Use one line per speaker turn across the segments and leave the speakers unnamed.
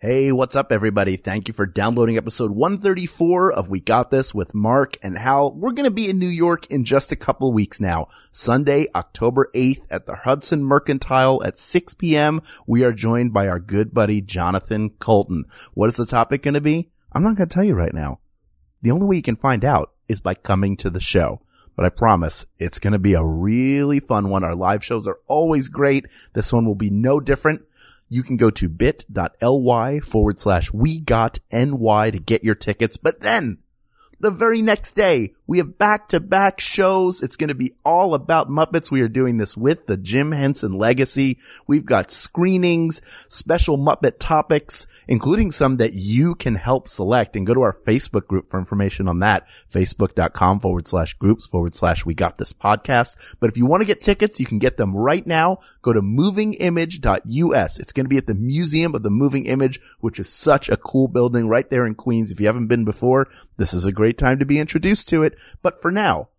Hey, what's up everybody? Thank you for downloading episode 134 of We Got This with Mark and Hal. We're going to be in New York in just a couple weeks now. Sunday, October 8th at the Hudson Mercantile at 6 p.m. We are joined by our good buddy Jonathan Colton. What is the topic going to be? I'm not going to tell you right now. The only way you can find out is by coming to the show. But I promise it's going to be a really fun one. Our live shows are always great. This one will be no different. You can go to bit.ly forward slash we got NY to get your tickets. But then the very next day, we have back to back shows. It's going to be all about Muppets. We are doing this with the Jim Henson legacy. We've got screenings, special Muppet topics, including some that you can help select and go to our Facebook group for information on that. Facebook.com forward slash groups forward slash we got this podcast. But if you want to get tickets, you can get them right now. Go to movingimage.us. It's going to be at the Museum of the Moving Image, which is such a cool building right there in Queens. If you haven't been before, this is a great time to be introduced to it. But for now,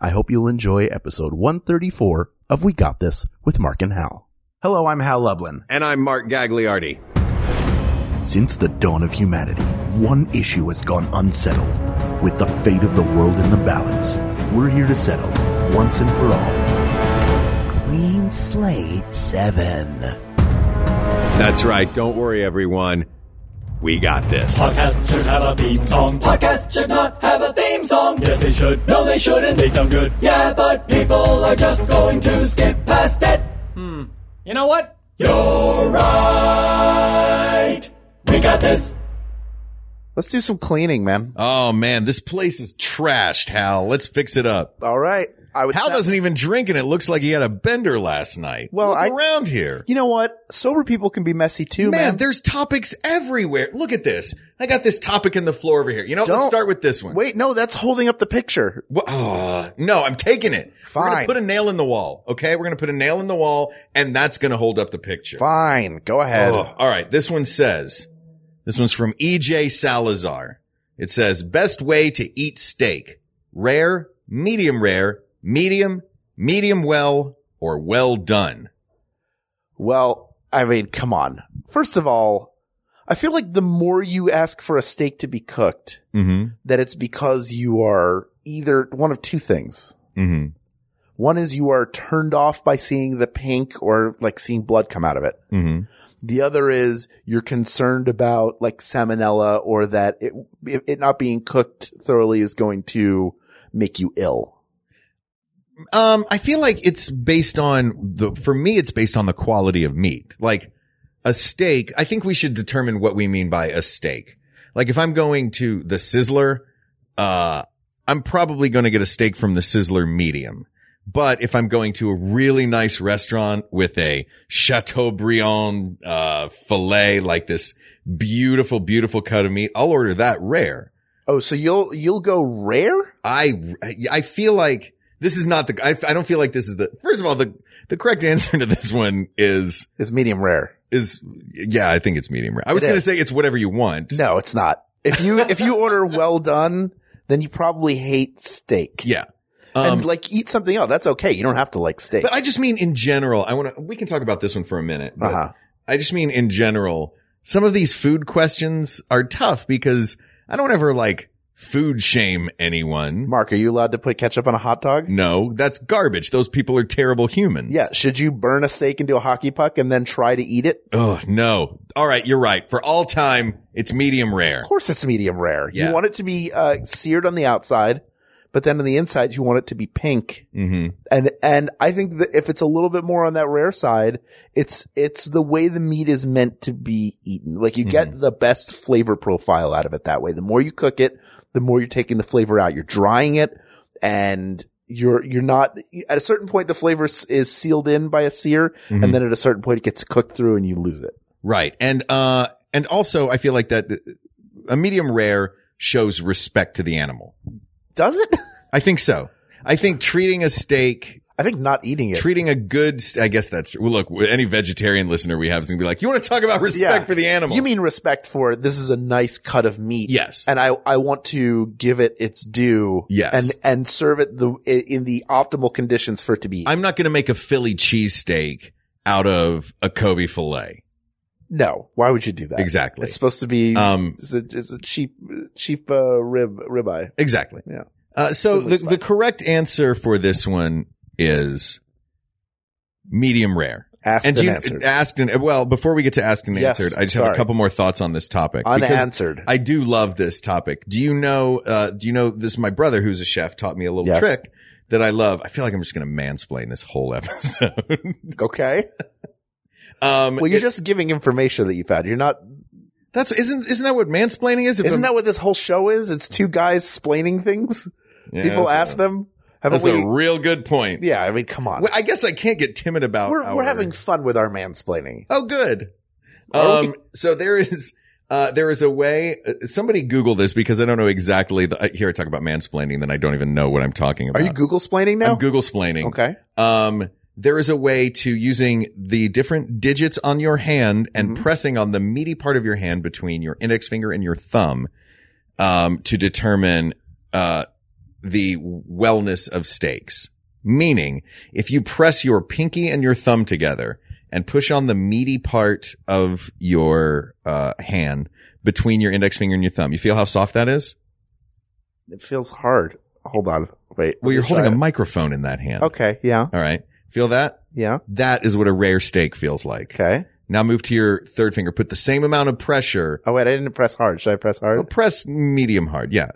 I hope you'll enjoy episode 134 of We Got This with Mark and Hal. Hello, I'm Hal Lublin.
And I'm Mark Gagliardi.
Since the dawn of humanity, one issue has gone unsettled. With the fate of the world in the balance, we're here to settle once and for all. Clean Slate 7.
That's right. Don't worry, everyone. We got this.
Podcasts should have a theme song. Podcasts should not have a theme song. Yes, they should. No, they shouldn't. They sound good. Yeah, but people are just going to skip past it. Hmm. You know what? You're right. We got this.
Let's do some cleaning, man.
Oh man, this place is trashed, Hal. Let's fix it up.
All right. I would
Hal
say-
doesn't even drink, and it looks like he had a bender last night.
Well,
Look
I-
around here,
You know what? Sober people can be messy too,
man,
man.
There's topics everywhere. Look at this. I got this topic in the floor over here. You know, let's
Don't-
start with this one.
Wait, no, that's holding up the picture.
Wha- ah, no, I'm taking it. We're
Fine.
gonna put a nail in the wall. Okay, we're gonna put a nail in the wall, and that's gonna hold up the picture.
Fine, go ahead.
Oh, all right. This one says, this one's from EJ Salazar. It says, best way to eat steak, rare, medium rare, medium, medium well, or well done.
Well, I mean, come on. First of all, I feel like the more you ask for a steak to be cooked,
Mm-hmm.
that it's because you are either one of two things.
Mm-hmm.
One is you are turned off by seeing the pink or like seeing blood come out of it.
Mm-hmm.
The other is you're concerned about like salmonella or that it, it it not being cooked thoroughly is going to make you ill.
Um, I feel like it's based on the, for me, it's based on the quality of meat. Like a steak, I think we should determine what we mean by a steak. Like if I'm going to the Sizzler, uh, I'm probably going to get a steak from the Sizzler medium. But if I'm going to a really nice restaurant with a Chateaubriand, uh, filet, like this beautiful, beautiful cut of meat, I'll order that rare.
Oh, so you'll you'll go rare?
I I feel like this is not the I, I don't feel like this is the first of all the the correct answer to this one is
Is medium rare?
is yeah I think it's medium rare. I was
It
going to
is.
say it's whatever you want.
No, it's not. If you if you order well done, then you probably hate steak.
Yeah. Um,
and like eat something else. That's okay. You don't have to like steak.
but I just mean in general. I want to we can talk about this one for a minute. but
uh-huh.
I just mean in general. Some of these food questions are tough because I don't ever like food shame anyone.
Mark, are you allowed to put ketchup on a hot dog?
No, that's garbage. Those people are terrible humans.
Yeah. Should you burn a steak into a hockey puck and then try to eat it?
Oh, no. All right. You're right. For all time, it's medium rare.
Of course, it's medium rare.
Yeah.
You want it to be uh, seared on the outside, but then on the inside, you want it to be pink.
Mm-hmm.
And and I think that if it's a little bit more on that rare side, it's it's the way the meat is meant to be eaten. Like you get the best flavor profile out of it that way. The more you cook it, the more you're taking the flavor out. You're drying it, and you're you're not at a certain point the flavor s- is sealed in by a sear, and then at a certain point it gets cooked through and you lose it.
Mm-hmm. Right. And, uh, and also I feel like that a medium rare shows respect to the animal.
Does it?
I think so. I think treating a steak,
I think not eating it.
treating a good, st- I guess that's, well, look, any vegetarian listener we have is going to be like, you want to talk about respect
Yeah.
for the animal?
You mean respect for this is a nice cut of meat.
Yes.
And I, I want to give it its due.
Yes.
And, and serve it the, i- in the optimal conditions for it to be.
I'm not going to make a Philly cheesesteak out of a Kobe filet.
No, why would you do that?
Exactly.
It's supposed to be
Um,
it's, a, it's a cheap cheap uh, rib ribeye.
Exactly.
Yeah.
Uh, so
Really
the, the
spicy.
correct answer for this one is medium rare.
Asked and,
do you- uh,
answered.
asked and well, before we get to asked and
Yes,
answered, I just have
sorry.
a couple more thoughts on this topic because
Unanswered.
I do love this topic. Do you know? Uh, do you know this? My brother, who's a chef, taught me a little
Yes.
trick that I love. I feel like I'm just going to mansplain this whole episode.
okay.
um,
Well, you're
it-
just giving information that you found. You're not.
that's isn't isn't that what mansplaining is? If
Isn't
I'm-
that what this whole show is? It's two guys splaining things.
Yeah,
People
that's
ask
a-
them. Haven't
That's
we?
a real good point.
yeah. I mean, come on.
Well, I guess I can't get timid about.
We're we're
our-
having fun with our mansplaining.
Oh, good.
Are we-
Um, so there is, uh, there is a way, uh, somebody Google this because I don't know exactly the, I- here I talk about mansplaining, then I don't even know what I'm talking
Are
about.
you Google splaining now?
I'm Google splaining.
Okay.
Um, there is a way to using the different digits on your hand and
Mhm.
pressing on the meaty part of your hand between your index finger and your thumb, um, to determine, uh, the wellness of steaks. Meaning, if you press your pinky and your thumb together and push on the meaty part of your, uh, hand between your index finger and your thumb, you feel how soft that is?
It feels hard. Hold on. Wait.
Well,
let
you're
me try
holding a
it.
microphone in that hand.
Okay. Yeah.
All right. Feel that?
Yeah.
That is what a rare steak feels like.
Okay.
Now move to your third finger. Put the same amount of pressure.
Oh wait, I didn't press hard. Should I press hard?
Well, press medium hard. Yeah.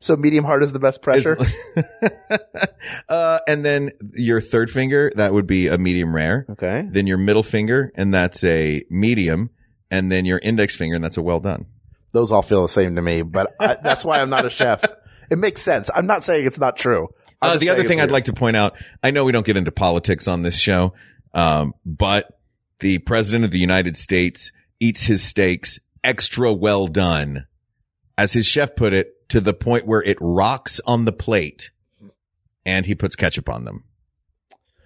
So medium hard is the best pressure.
It's- uh, and then your third finger, that would be a medium rare.
okay.
Then your middle finger, and that's a medium. And then your index finger, and that's a well done.
Those all feel the same to me, but I, that's why I'm not a chef. It makes sense. I'm not saying it's not true. I'm
Uh,
just
the other
saying it's
thing I'd
weird.
like to point out, I know we don't get into politics on this show, um, but the president of the United States eats his steaks extra well done, as his chef put it, to the point where it rocks on the plate and he puts ketchup on them.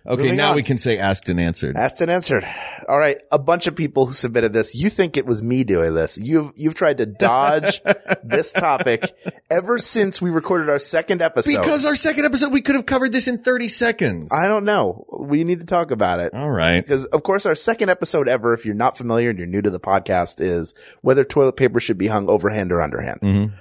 Okay,
Moving
now
on.
we can say asked and answered.
Asked and answered. All right, a bunch of people who submitted this. You think it was me doing this? You've you've tried to dodge this topic ever since we recorded our second episode.
because our second episode, we could have covered this in 30 seconds.
I don't know. We need to talk about it.
All right.
Because of course our second episode ever, if you're not familiar and you're new to the podcast, is whether toilet paper should be hung overhand or underhand.
Mhm.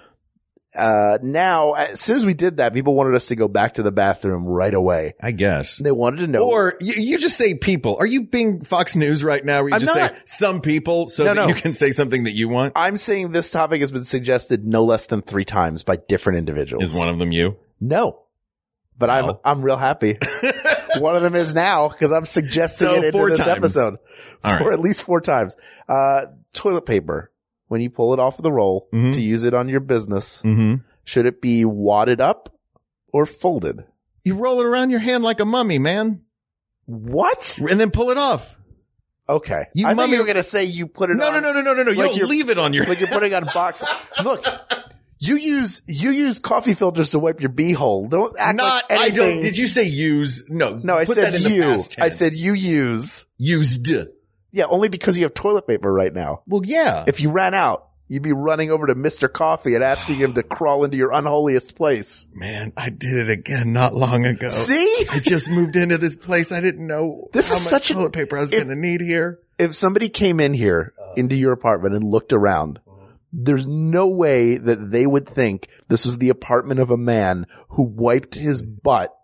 Uh, now as soon as we did that, people wanted us to go back to the bathroom right away.
I guess.
They wanted to know.
Or you, you just say people. Are you being Fox News right now? Where you
I'm
just
not.
say some people so
No,
that
no.
you can say something that you want?
I'm saying this topic has been suggested no less than three times by different individuals.
Is one of them you?
No. But I'm
No.
I'm real happy. One of them is now because I'm suggesting
So
it into
four
this
times.
episode.
All right.
Or at least four times. Uh, toilet paper. When you pull it off the roll
Mhm.
to use it on your business,
Mm-hmm.
should it be wadded up or folded?
You roll it around your hand like a mummy, man,
What?
and then pull it off.
Okay.
You
I thought
mummy-
you were gonna say you put it
No,
on
no, no, no, no, no, no.
like
you
you're-
don't leave it on your.
like you're putting on box. Look, you use you use coffee filters to wipe your beehole. Don't act
not.
like
I
anything.
don't. Did you say use? No.
No, I
put
said
that in the
you.
past
I
tense.
said you use.
used.
Yeah, only because you have toilet paper right now.
Well, yeah.
If you ran out, you'd be running over to Mister Coffee and asking him to crawl into your unholiest place.
man, I did it again not long ago.
See,
I just moved into this place. I didn't know
This
how
is
much
such an-
toilet paper I was
it-
going to need here.
if somebody came in here
Uh.
into your apartment and looked around.
Uh-huh.
There's no way that they would think this was the apartment of a man who wiped his butt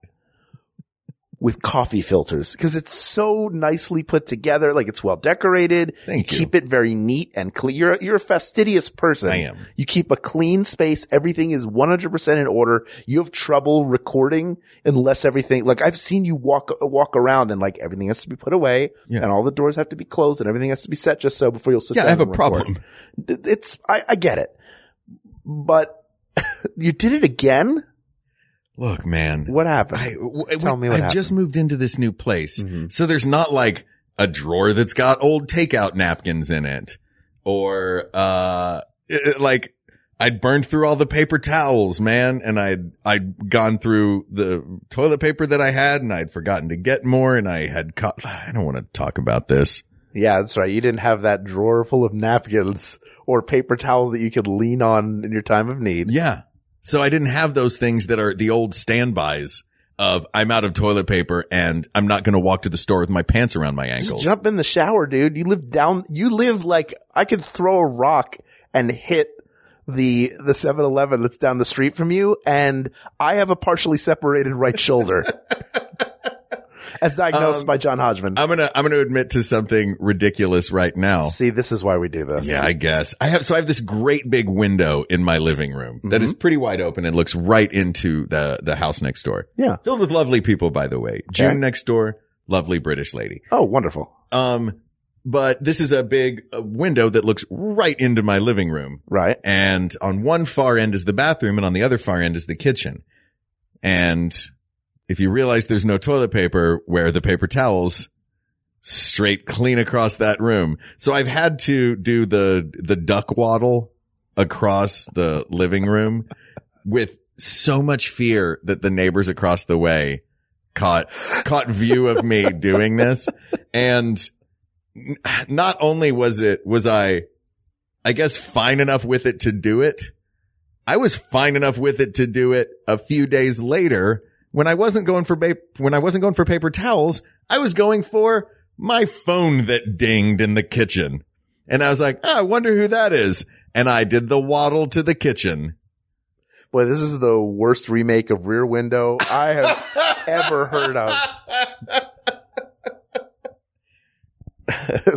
with coffee filters because it's so nicely put together. Like it's well decorated.
Thank you.
Keep it very neat and clean. You're, you're a fastidious person.
I am.
You keep a clean space. Everything is 100% in order. You have trouble recording unless everything, like I've seen you walk, walk around and like everything has to be put away
Yeah.
and all the doors have to be closed and everything has to be set just so before you'll sit
Yeah,
down
I have a
and record.
problem.
It- It's, I, I get it, but you did it again.
Look, man.
What happened?
I, w- w-
Tell me what
I've
happened.
just moved into this new place.
Mhm.
So there's not like a drawer that's got old takeout napkins in it or, uh, it- it- like I'd burned through all the paper towels, man. And I'd, I'd gone through the toilet paper that I had and I'd forgotten to get more. And I had caught, I don't want to talk about this.
yeah, that's right. You didn't have that drawer full of napkins or paper towel that you could lean on in your time of need.
Yeah. So I didn't have those things that are the old standbys. of I'm out of toilet paper and I'm not going to walk to the store with my pants around my
Just
ankles.
jump in the shower, dude. You live down, you live like I could throw a rock and hit the, the 7-Eleven that's down the street from you. And I have a partially separated right shoulder as diagnosed
Um,
by John Hodgman.
I'm going to, I'm going to admit to something ridiculous right now.
See, this is why we do this.
Oh. Yeah, I guess I have. So I have this great big window in my living room that is pretty wide open and looks right into the the house next door.
Yeah.
filled with lovely people, by the way. June next door, lovely British lady.
Oh, wonderful.
Um, but this is a big uh, window that looks right into my living room,
Right.
and on one far end is the bathroom, and on the other far end is the kitchen. And if you realize there's no toilet paper, wear the paper towels straight clean across that room. So I've had to do the the duck waddle across the living room with so much fear that the neighbors across the way caught caught view of me doing this and n- not only was it was I I guess fine enough with it to do it. I was fine enough with it to do it a few days later when I wasn't going for ba- when I wasn't going for paper towels, I was going for my phone that dinged in the kitchen. And I was like, oh, I wonder who that is. And I did the waddle to the kitchen.
Boy, this is the worst remake of Rear Window I have ever heard of.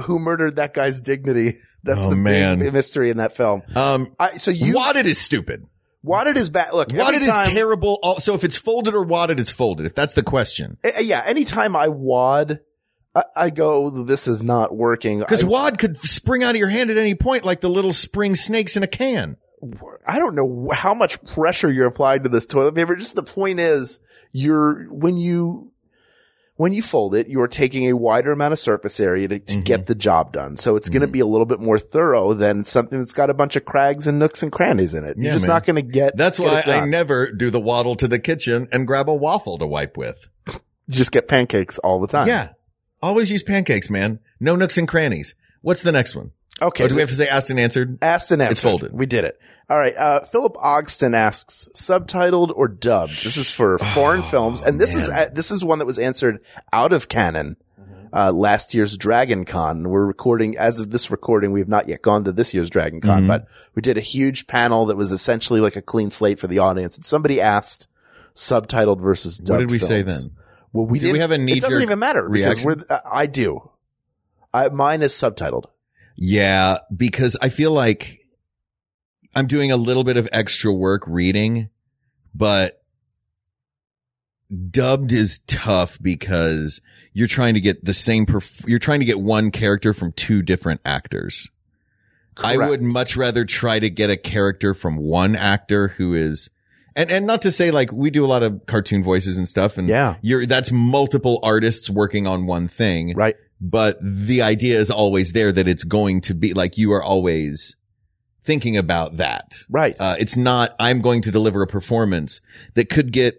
Who murdered that guy's dignity? That's
Oh,
the
man.
big mystery in that film.
Um,
I, so you
wadded is stupid.
wadded his back. Look, every
Wadded
time,
is terrible. Al- So if it's folded or wadded, it's folded. If that's the question.
Uh, yeah, anytime I wad, I, I go, this is not working.
Because
I,
wad could spring out of your hand at any point, like the little spring snakes in a can.
I don't know how much pressure you're applying to this toilet paper. Just the point is, you're, when you, when you fold it, you're taking a wider amount of surface area to, to
Mhm.
get the job done. So it's going to
Mhm.
be a little bit more thorough than something that's got a bunch of crags and nooks and crannies in it. You're
Yeah,
just
man.
not going to get,
That's
get
why
it
I
done.
never do the waddle to the kitchen and grab a waffle to wipe with.
you just get pancakes all the time.
Yeah. Always use pancakes, man. No nooks and crannies. What's the next one?
Okay.
Or do we have to say asked and answered?
Asked and answered.
folded.
We did it. All right. Uh, Philip Ogston asks, subtitled or dubbed? This is for foreign films, and this is
man.
uh, this is one that was answered out of canon. Uh, last year's Dragon Con. We're recording, as of this recording, we have not yet gone to this year's Dragon Con,
Mhm.
but we did a huge panel that was essentially like a clean slate for the audience. And somebody asked subtitled versus dubbed.
What did we say
films.
then?
Well, we
Did we
didn't-
have a
It doesn't
knee-jerk
even matter
reaction?
because we're, uh, I do. I, mine is subtitled.
Yeah, because I feel like I'm doing a little bit of extra work reading, but dubbed is tough because you're trying to get the same perf- you're trying to get one character from two different actors. I would
Correct.
much rather try to get a character from one actor who is, and, and not to say like we do a lot of cartoon voices and stuff and
Yeah.
you're, that's multiple artists working on one thing,
Right.
but the idea is always there that it's going to be like you are always thinking about that.
Right.
Uh, it's not, I'm going to deliver a performance that could get,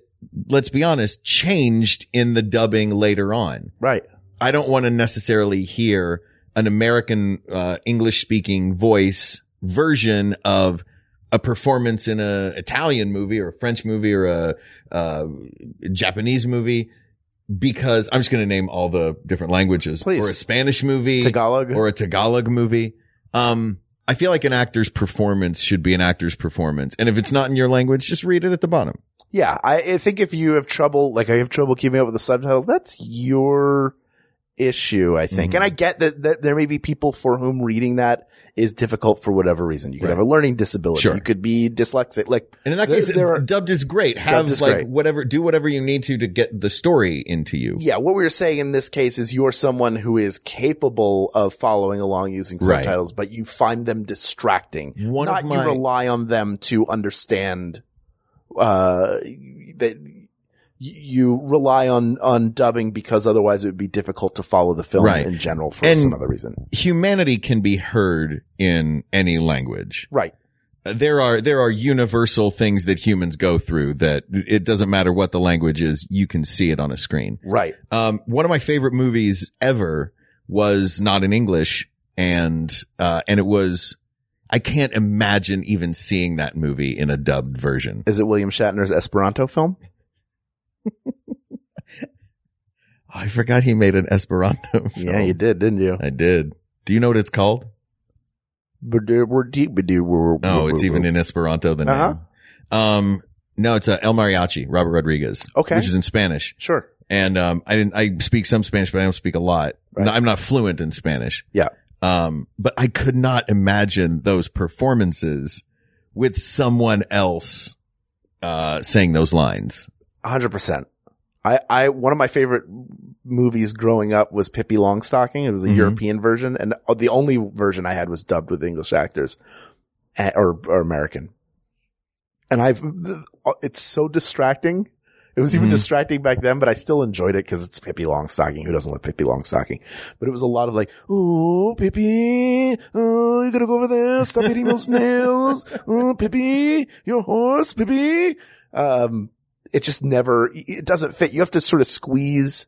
let's be honest, changed in the dubbing later on.
right.
I don't want to necessarily hear an American uh, English speaking voice version of a performance in a Italian movie or a French movie or a uh, Japanese movie because I'm just going to name all the different languages
Please.
or a Spanish movie
Tagalog.
or a Tagalog movie. Um, I feel like an actor's performance should be an actor's performance. And if it's not in your language, just read it at the bottom.
Yeah, I, I think if you have trouble, like I have trouble keeping up with the subtitles, that's your issue, I think.
Mhm.
And I get that, that there may be people for whom reading that is difficult for whatever reason. You could
Right.
have a learning disability.
Sure.
You could be dyslexic. Like,
And in that
There-
case,
there are-
dubbed is great. Have
Dubbed is
like
great.
whatever, do whatever you need to to get the story into you.
yeah, what we were saying in this case is you're someone who is capable of following along using
Right.
subtitles, but you find them distracting.
One
Not
of my
you rely on them to understand, uh, that y- you rely on, on dubbing because otherwise it would be difficult to follow the film
Right.
in general for
And-
some other reason.
humanity can be heard in any language.
Right.
Uh, There are there are universal things that humans go through that it doesn't matter what the language is, you can see it on a screen.
Right.
Um, one of my favorite movies ever was not in English and, uh, and it was, I can't imagine even seeing that movie in a dubbed version.
Is it William Shatner's Esperanto film?
I forgot he made an Esperanto. Film.
Yeah, you did, didn't you?
I did. Do you know what it's called? No,
uh, No,
Oh, it's even in Esperanto. The name.
Uh-huh.
Um, no, it's uh, El Mariachi, Robert Rodriguez.
Okay.
which is in Spanish.
Sure.
And um, I didn't. I speak some Spanish, but I don't speak a lot.
Right.
I'm not fluent in Spanish.
Yeah.
Um, but I could not imagine those performances with someone else uh saying those lines.
hundred percent. I, I, one of my favorite movies growing up was Pippi Longstocking. It was a
Mhm.
European version and the only version I had was dubbed with English actors eh, or, or American. And I've, it's so distracting. It was even
Mhm.
distracting back then, but I still enjoyed it because it's Pippi Longstocking. Who doesn't love Pippi Longstocking? But it was a lot of like, oh, Pippi, oh, you gotta go over there, stop eating those nails, oh, Pippi, your horse, Pippi. Um, it just never, it doesn't fit. You have to sort of squeeze,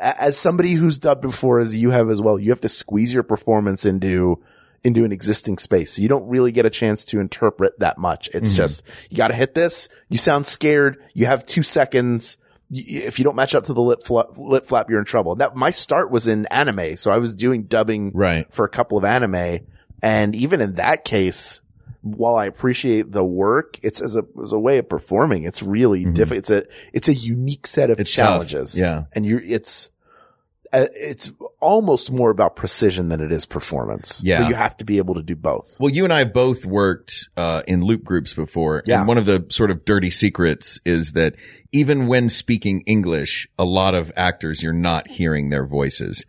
as somebody who's dubbed before, as you have as well, you have to squeeze your performance into, into an existing space. So you don't really get a chance to interpret that much. It's
Mhm.
just, you gotta hit this. You sound scared. You have two seconds. Y- y- If you don't match up to the lip flap, lip flap, you're in trouble. That my start was in anime. So I was doing dubbing
Right.
for a couple of anime. And even in that case, while I appreciate the work, it's as a, as a way of performing. It's really
Mhm.
difficult. It's a, it's a unique set of
It's tough.
challenges.
Yeah.
And you, it's, uh, it's almost more about precision than it is performance.
Yeah.
But you have to be able to do both.
Well, you and I both worked uh, in loop groups before.
Yeah.
And one of the sort of dirty secrets is that even when speaking English, a lot of actors, you're not hearing their voices.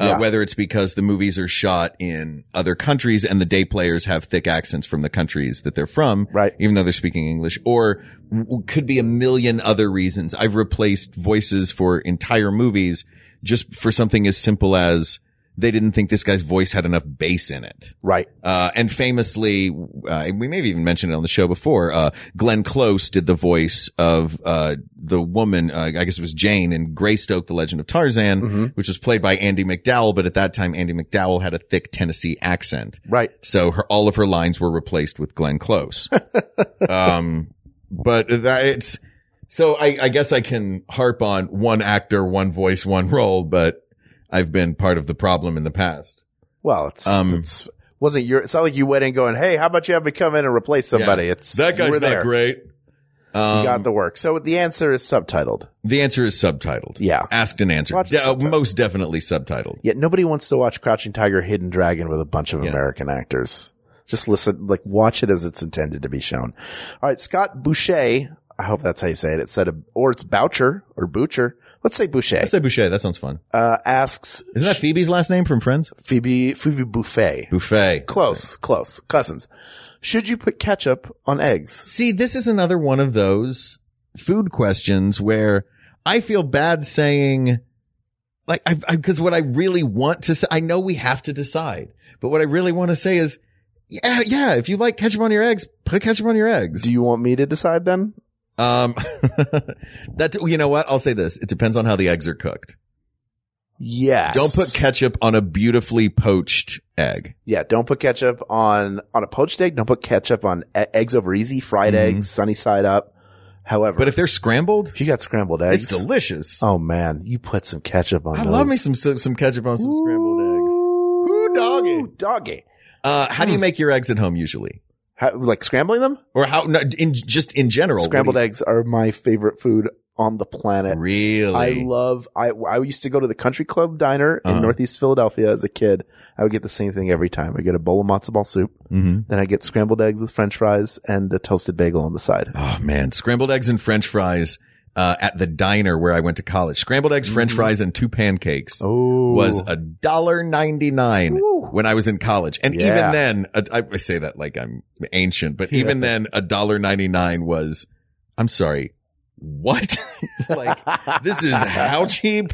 Uh,
Yeah.
Whether it's because the movies are shot in other countries and the day players have thick accents from the countries that they're from,
Right.
even though they're speaking English, or w- could be a million other reasons. I've replaced voices for entire movies just for something as simple as they didn't think this guy's voice had enough bass in it.
Right.
Uh, and famously, uh, we may have even mentioned it on the show before, uh, Glenn Close did the voice of, uh, the woman, uh, I guess it was Jane in Greystoke, The Legend of Tarzan,
Mhm.
which was played by Andy McDowell, but at that time, Andy McDowell had a thick Tennessee accent.
Right.
So her, all of her lines were replaced with Glenn Close. um, but that it's, so I, I guess I can harp on one actor, one voice, one role, but I've been part of the problem in the past.
Well, it's,
Um,
it's wasn't your. It's not like you went in going, "Hey, how about you have me come in and replace somebody?" It's
That guy's
you were
not
there.
great.
You
Um,
got the work. So the answer is subtitled.
the answer is subtitled.
Yeah.
Asked and answered.
Watch
De- uh,
the subtitle.
most definitely subtitled.
Yet nobody wants to watch Crouching Tiger, Hidden Dragon with a bunch of
Yeah.
American actors. Just listen, like watch it as it's intended to be shown. All right, Scott Boucher. I hope that's how you say it. It said, or it's Boucher or Butcher. Let's say Boucher.
I said Boucher. That sounds fun.
Uh, asks
Isn't that Phoebe's last name from Friends?
Phoebe Phoebe Buffet.
Buffet.
Close, close, cousins. Should you put ketchup on eggs?
See, this is another one of those food questions where I feel bad saying, like, I, I, cause what I really want to say, I know we have to decide, but what I really want to say is, yeah, yeah, if you like ketchup on your eggs, put ketchup on your eggs.
Do you want me to decide then?
Um, that, you know what? I'll say this. It depends on how the eggs are cooked.
Yes.
Don't put ketchup on a beautifully poached egg.
Yeah, don't put ketchup on on a poached egg. Don't put ketchup on e- eggs over easy, fried
Mhm.
eggs, sunny side up. However,
But if they're scrambled,
if you got scrambled eggs,
it's delicious.
oh man, you put some ketchup on.
I
those.
love me some some ketchup on some scrambled eggs.
Ooh, Hmm.
doggy.
doggy.
Uh, how do you make your eggs at home usually,
How, like scrambling them?
or how no, in just in general? what do
Scrambled
you-
eggs are my favorite food on the planet. I
Really,
love. I I used to go to the country club diner in
Uh-huh.
Northeast Philadelphia as a kid. I would get the same thing every time. I get a bowl of matzo ball soup,
Mhm.
then I get scrambled eggs with French fries and a toasted bagel on the side.
Oh man, scrambled eggs and French fries uh, at the diner where I went to college. Scrambled eggs, French
Mhm.
fries, and two pancakes
Oh,
was a dollar ninety nine.
Woo.
when I was in college. And
Yeah.
even then, uh, I, I say that like I'm ancient, but even
Yeah.
then, a dollar ninety nine was. I'm sorry, what? like this is how cheap?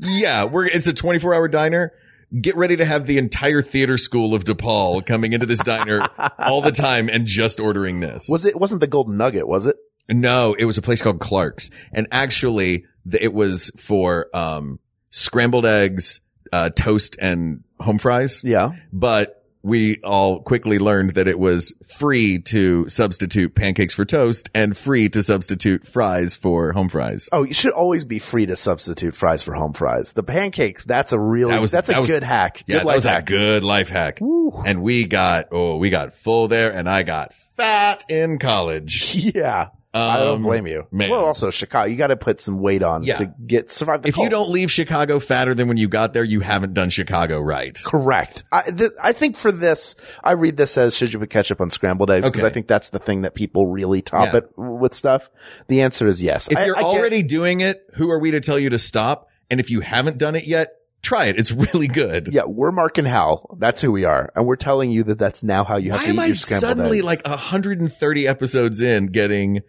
Yeah, we're it's a 24 hour diner. Get ready to have the entire theater school of DePaul coming into this diner all the time and just ordering this.
was it wasn't the golden nugget, was it?
No, it was a place called Clark's, and actually, th- it was for um scrambled eggs, uh, toast, and home fries
Yeah.
but
we all quickly learned that it was free to substitute pancakes for toast and free to substitute fries for home fries.
Oh, you should always be free to substitute fries for home fries. The pancakes, that's a really,
That was-
that's a
that was-
good hack.
Yeah,
good
that
life
was
hack.
a good life hack.
Woo.
And we got, oh, we got full there and I got fat in college.
yeah. I don't
Um,
blame you.
man.
Well, also oh. Chicago, you got to put some weight on
Yeah.
to get survive the
If you
cold.
don't leave Chicago fatter than when you got there, you haven't done Chicago right.
Correct. I th- I think for this, I read this as should you put ketchup on scrambled eggs because
Okay.
I think that's the thing that people really top
Yeah.
it with stuff. The answer is yes.
If
I-
you're
I get-
already doing it, who are we to tell you to stop? And if you haven't done it yet, try it. It's really good.
yeah, we're Mark and Hal. That's who we are, and we're telling you that that's now how you have
Why
to eat
am I
your scrambled
suddenly
eggs.
like 130 episodes in getting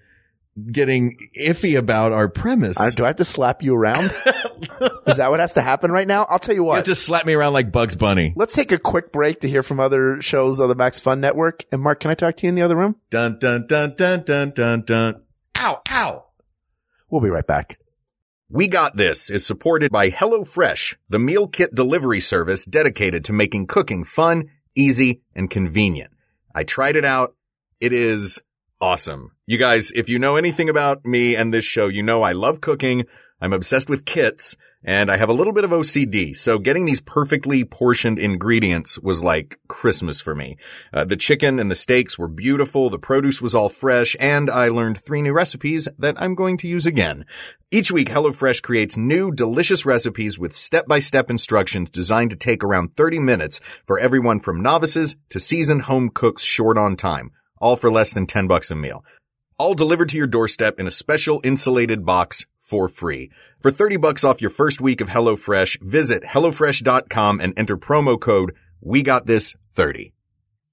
getting iffy about our premise?
I- do I have to slap you around? is that what has to happen right now? I'll tell you
you have
what.
to slap me around like Bugs Bunny.
Let's take a quick break to hear from other shows on the Max Fun Network. And Mark, can I talk to you in the other room?
Dun dun dun dun dun dun dun. Ow ow.
We'll be right back.
We Got This is supported by HelloFresh, the meal kit delivery service dedicated to making cooking fun, easy, and convenient. I tried it out. It is awesome. You guys, if you know anything about me and this show, you know I love cooking. I'm obsessed with kits and I have a little bit of OCD. So getting these perfectly portioned ingredients was like Christmas for me. Uh, the chicken and the steaks were beautiful. The produce was all fresh and I learned three new recipes that I'm going to use again. Each week, HelloFresh creates new, delicious recipes with step-by-step instructions designed to take around 30 minutes for everyone from novices to seasoned home cooks short on time, all for less than 10 bucks a meal. All delivered to your doorstep in a special insulated box for free. For 30 bucks off your first week of HelloFresh, visit HelloFresh.com and enter promo code We Got This 30.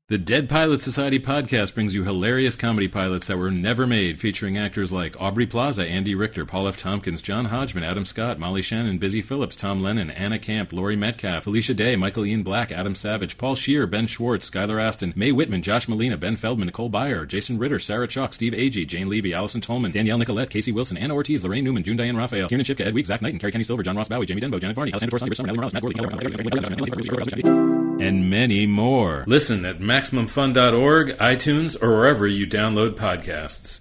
The Dead Pilot Society podcast brings you hilarious comedy pilots that were never made, featuring actors like Aubrey Plaza, Andy Richter, Paul F. Tompkins, John Hodgman, Adam Scott, Molly Shannon, Busy Phillips, Tom Lennon, Anna Camp, Laurie Metcalf, Alicia Day, Michael Ian Black, Adam Savage, Paul Shear, Ben Schwartz, Skylar Aston, Mae Whitman, Josh Molina, Ben Feldman, Nicole Byer, Jason Ritter, Sarah Chalk, Steve Agee, Jane Levy, Allison Tolman, Danielle Nicolette, Casey Wilson, Anna Ortiz, Lorraine Newman, June Diane Raphael, Kieran Shipka, Ed Week, Zach Knight, and Carrie Kenny Silver, John Ross Bowie, Jamie Denbo, Janet Varney, Alexander Torres, Rich Summer, Ellie Morales, Matt Gorley, and many more. Listen at MaximumFun.org, iTunes, or wherever you download podcasts.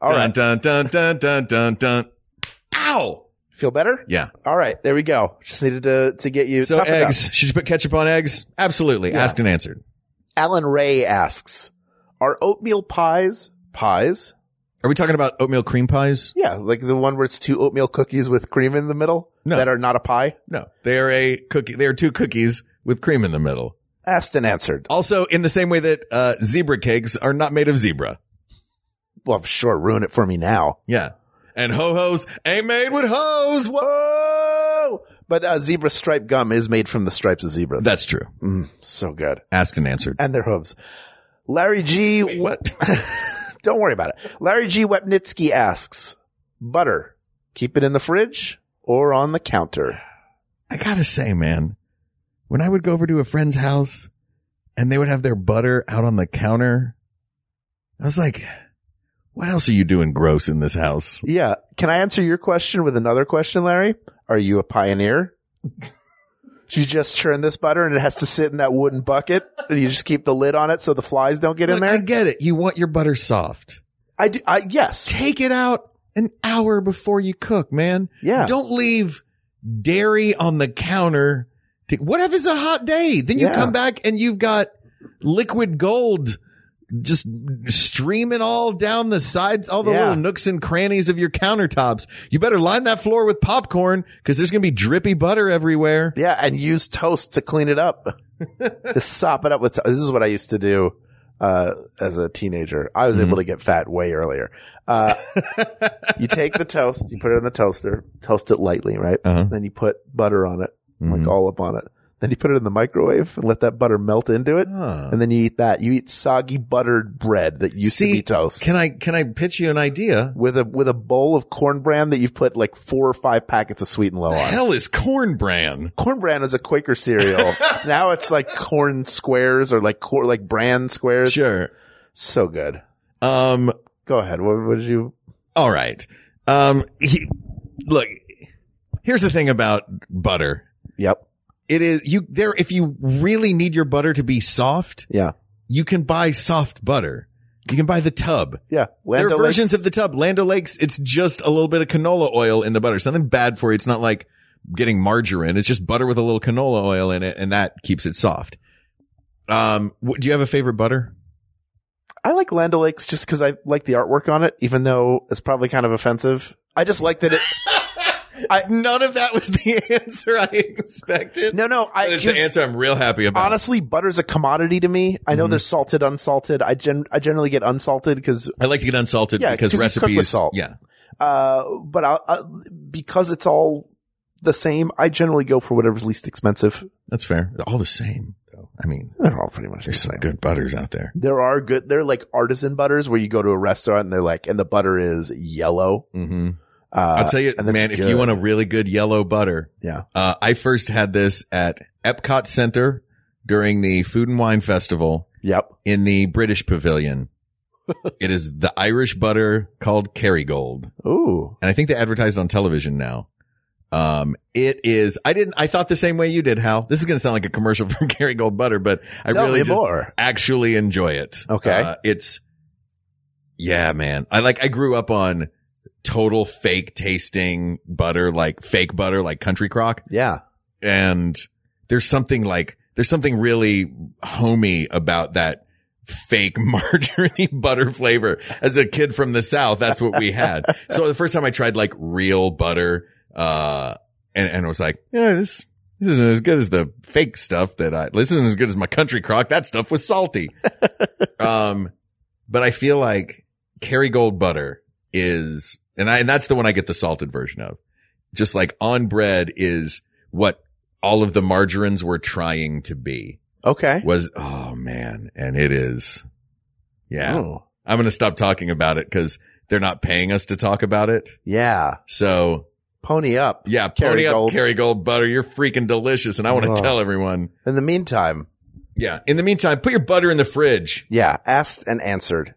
All right.
dun, dun dun dun dun dun dun. Ow.
Feel better?
Yeah.
All right, there we go. Just needed to to get you.
So
tough it up.
eggs. Should you put ketchup on eggs? Absolutely. Asked and answered.
Alan Ray asks, "Are oatmeal pies pies?
Are we talking about oatmeal cream pies?
Yeah, like the one where it's two oatmeal cookies with cream in the middle
No.
that are not a pie."
No. They are a cookie. They are two cookies with cream in the middle.
Asked and answered.
Also, in the same way that uh, zebra cakes are not made of zebra.
Well, sure, ruin it for me now.
Yeah. And ho hos ain't made with hoes. Whoa.
But uh, zebra stripe gum is made from the stripes of zebras.
That's true.
Mm, so good,
Asked and answered.
and their hooves. Larry G.
What?
Don't worry about it. Larry G. Wepnitsky asks, "Butter, keep it in the fridge or on the counter?"
I gotta say, man, when I would go over to a friend's house and they would have their butter out on the counter, I was like, what else are you doing gross in this house?
Yeah. Can I answer your question with another question, Larry? Are you a pioneer? Do you just churn this butter and it has to sit in that wooden bucket and you just keep the lid on it so the flies don't get in
Look,
there?
I get it. You want your butter soft.
I, do, I yes.
Take it out an hour before you cook, man.
Yeah.
Don't leave dairy on the counter. To, what if it's a hot day? Then you
Yeah.
come back and you've got liquid gold just streaming all down the sides, all the
Yeah.
little nooks and crannies of your countertops. You better line that floor with popcorn because there's going to be drippy butter everywhere.
Yeah. And use toast to clean it up. just sop it up with, to- this is what I used to do. uh, as a teenager. I was
Mm-hmm.
able to get fat way earlier. Uh, you take the toast, you put it in the toaster, toast it lightly, right?
Uh-huh. Mm-hmm.
Then you put butter on it, like all up on it. Then you put it in the microwave and let that butter melt into it.
Oh.
And then you eat that. You eat soggy buttered bread that used to be toast.
Can I can I pitch you an idea?
with a with a bowl of corn bran that you've put like four or five packets of sweet and low on.
Hell is corn bran.
Corn bran is a Quaker cereal. now it's like corn squares or like cor- like bran squares.
Sure.
So good.
Um.
Go ahead. What, what did you?
All right. Um. He, look. Here's the thing about butter.
Yep.
It is you there. If you really need your butter to be soft,
Yeah.
you can buy soft butter. You can buy the tub.
Yeah.
there are
Lando
versions
Lakes-
of the tub. Lando Lakes, it's just a little bit of canola oil in the butter. Something bad for you. It's not like getting margarine. It's just butter with a little canola oil in it, and that keeps it soft. Um, wh- do you have a favorite butter?
I like Land O'Lakes just because I like the artwork on it, even though it's probably kind of offensive. I just like that it.
I, none of that was the answer I expected.
No, no. I
But it's the
'cause
answer I'm real happy about.
Honestly, butter's a commodity to me. I know
Mhm.
there's salted, unsalted. I gen I generally get unsalted because
I like to get unsalted
Yeah,
because
'cause you cook with
recipes.
salt.
Yeah.
Uh, but I, I, because it's all the same, I generally go for whatever's least expensive.
That's fair. They're all the same. though. I mean,
They're all pretty much the
there's some
same.
good butters out there.
There are good. They're like artisan butters where you go to a restaurant and they're like, and the butter is yellow.
Mm-hmm.
Uh,
I'll tell you,
and that's
man, if you
good.
want a really good yellow butter,
Yeah.
Uh, I first had this at Epcot Center during the Food and Wine Festival
Yep.
in the British Pavilion. it is the Irish butter called Kerrygold,
Ooh.
and I think they advertise it on television now. Um, it is. I didn't. I thought the same way you did, Hal. This is going to sound like a commercial from Kerrygold butter, but I
tell
really
me
just
more.
actually enjoy it.
Okay.
Uh, it's, yeah, man. I like, I grew up on total fake tasting butter, like fake butter, like country crock.
Yeah.
And there's something like, there's something really homey about that fake margarine butter flavor. As a kid from the South, that's what we had. so the first time I tried like real butter, uh, and, and I was like, yeah, this, this isn't as good as the fake stuff that I, this isn't as good as my country crock. That stuff was salty. um, but I feel like Kerrygold butter is, and I, and that's the one I get the salted version of. Just like on bread is what all of the margarines were trying to be
Okay.
was, oh man. And it is. Yeah.
Ooh.
I'm going to stop talking about it because they're not paying us to talk about it.
Yeah.
So
Pony up.
yeah, pony
Kerrygold.
up Kerrygold butter. You're freaking delicious. And I want to
Oh.
tell everyone.
In the meantime,
Yeah. In the meantime, put your butter in the fridge.
Yeah, asked and answered.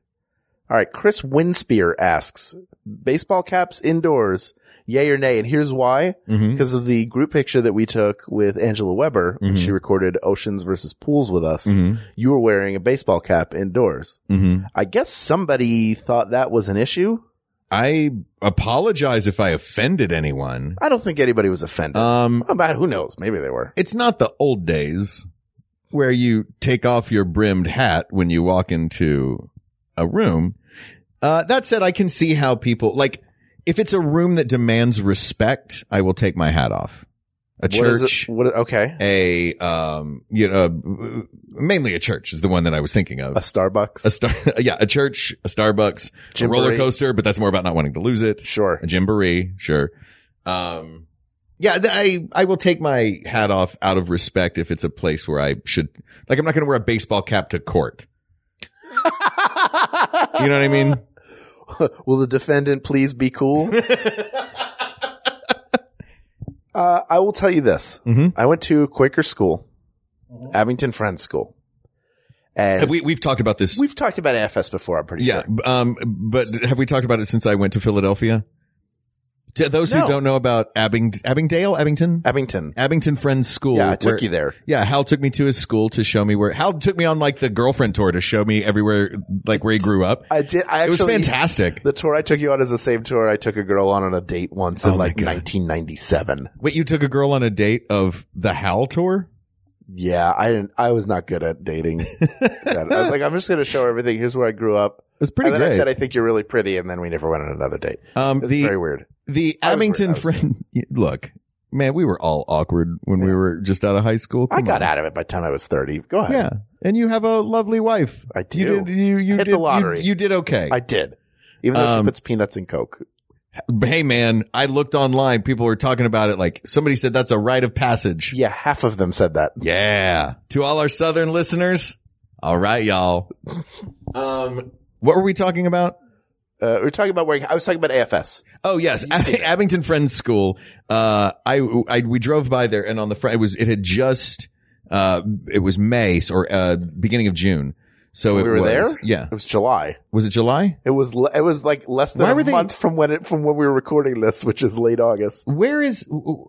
All right, Chris Winspear asks, baseball caps indoors, yay or nay? And here's why.
Mm-hmm.
Because of the group picture that we took with Angela Weber when
Mhm.
she recorded Oceans versus Pools with us. You were wearing a baseball cap indoors.
Mm-hmm.
I guess somebody thought that was an issue.
I apologize if I offended anyone.
I don't think anybody was offended.
Um,
About who knows? Maybe they were.
it's not the old days where you take off your brimmed hat when you walk into a room. Uh, that said, I can see how people like if it's a room that demands respect, I will take my hat off. A
What is it-
church,
what- okay.
a um, you know, mainly a church is the one that I was thinking of.
A Starbucks.
A star, yeah, a church, a Starbucks, a roller
Jamboree.
coaster, but that's more about not wanting to lose it.
Sure.
A jamboree, sure. Um, yeah, th- I I will take my hat off out of respect if it's a place where I should. Like, I'm not going to wear a baseball cap to court. You know what I mean?
Will the defendant please be cool? uh, I will tell you this.
Mhm.
I went to Quaker school, Abington Friends School. And
Mm-hmm. Have we we've talked about this?
we've talked about AFS before, I'm pretty sure.
yeah. b- Um, but have we talked about it since I went to Philadelphia? To those
No.
who don't know about Abing Abingdale, Abington,
Abington.
Abington Friends School.
Yeah, I took
where-
you there.
Yeah, Hal took me to his school to show me where Hal took me on like the girlfriend tour to show me everywhere like where he grew up.
I did. I
it was
actually-
fantastic.
The tour I took you on is the same tour I took a girl on on a date once in
Oh my
like
God.
1997.
Wait, you took a girl on a date of the Hal tour?
Yeah, I didn't. I was not good at dating. I was like, I'm just going to show her everything. Here's where I grew up.
It was pretty
and then
great.
I said, I think you're really pretty, and then we never went on another date.
um
It was
the
very weird.
the
I was worried,
Abington
I was
friend look, Man, we were all awkward when we were just out of high school.
I
Come
got
on.
out of it by the time I was 30. Go ahead.
Yeah, and you have a lovely wife.
I do.
You did. You, you
Hit the
did, you-
lottery.
You, did okay.
I did. Even though she
Um,
puts peanuts in Coke.
hey man, I looked online. People were talking about it. Like somebody said, that's a rite of passage.
Yeah, half of them said that.
Yeah. To all our southern listeners. All right, y'all. um, what were we talking about?
Uh, we're talking about wearing, I was talking about AFS.
Oh yes,
see that.
Abington Friends School. Uh, I, I we drove by there, and on the front it was it had just uh it was May so- or uh beginning of June. So it
we were
was,
there.
Yeah,
It was July.
was it July?
It was, le- it was like less than
Why
a
were they-
month from when it, from when we were recording this, which is late August.
Where is?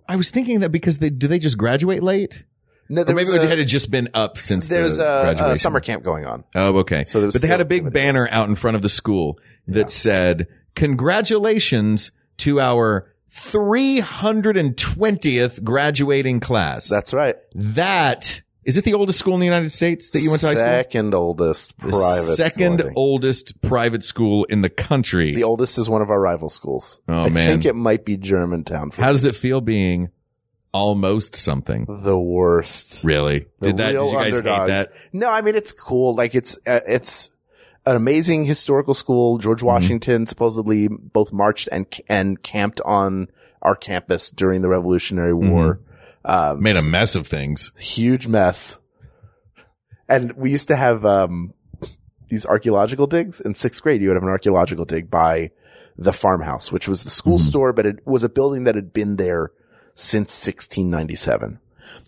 I was thinking that because they do they just graduate late?
No,
Or maybe
was
it
a-
had just been up since
there's
the
a, a
graduation.
summer camp going on.
Oh, okay.
So there was
but they
still
had a big
activities.
banner out in front of the school that said, "Congratulations to our 320th graduating class."
That's right.
that is it. The oldest school in the United States that you went to high school.
Second oldest
The
private.
second
oldest.
oldest private school in the country.
The oldest is one of our rival schools.
Oh,
I
man.
think it might be Germantown. For
How does
me.
it feel being almost something?
The worst.
Really?
The
did that? Did
real
you guys
underdogs.
hate that?
No, I mean it's cool. Like it's uh, it's an amazing historical school. George
Mm-hmm.
Washington supposedly both marched and and camped on our campus during the Revolutionary War. Um,
Mm-hmm. Made a mess of things.
huge mess. And we used to have um, these archaeological digs in sixth grade. You would have an archaeological dig by the farmhouse, which was the school
Mm-hmm.
store, but it was a building that had been there since 1697.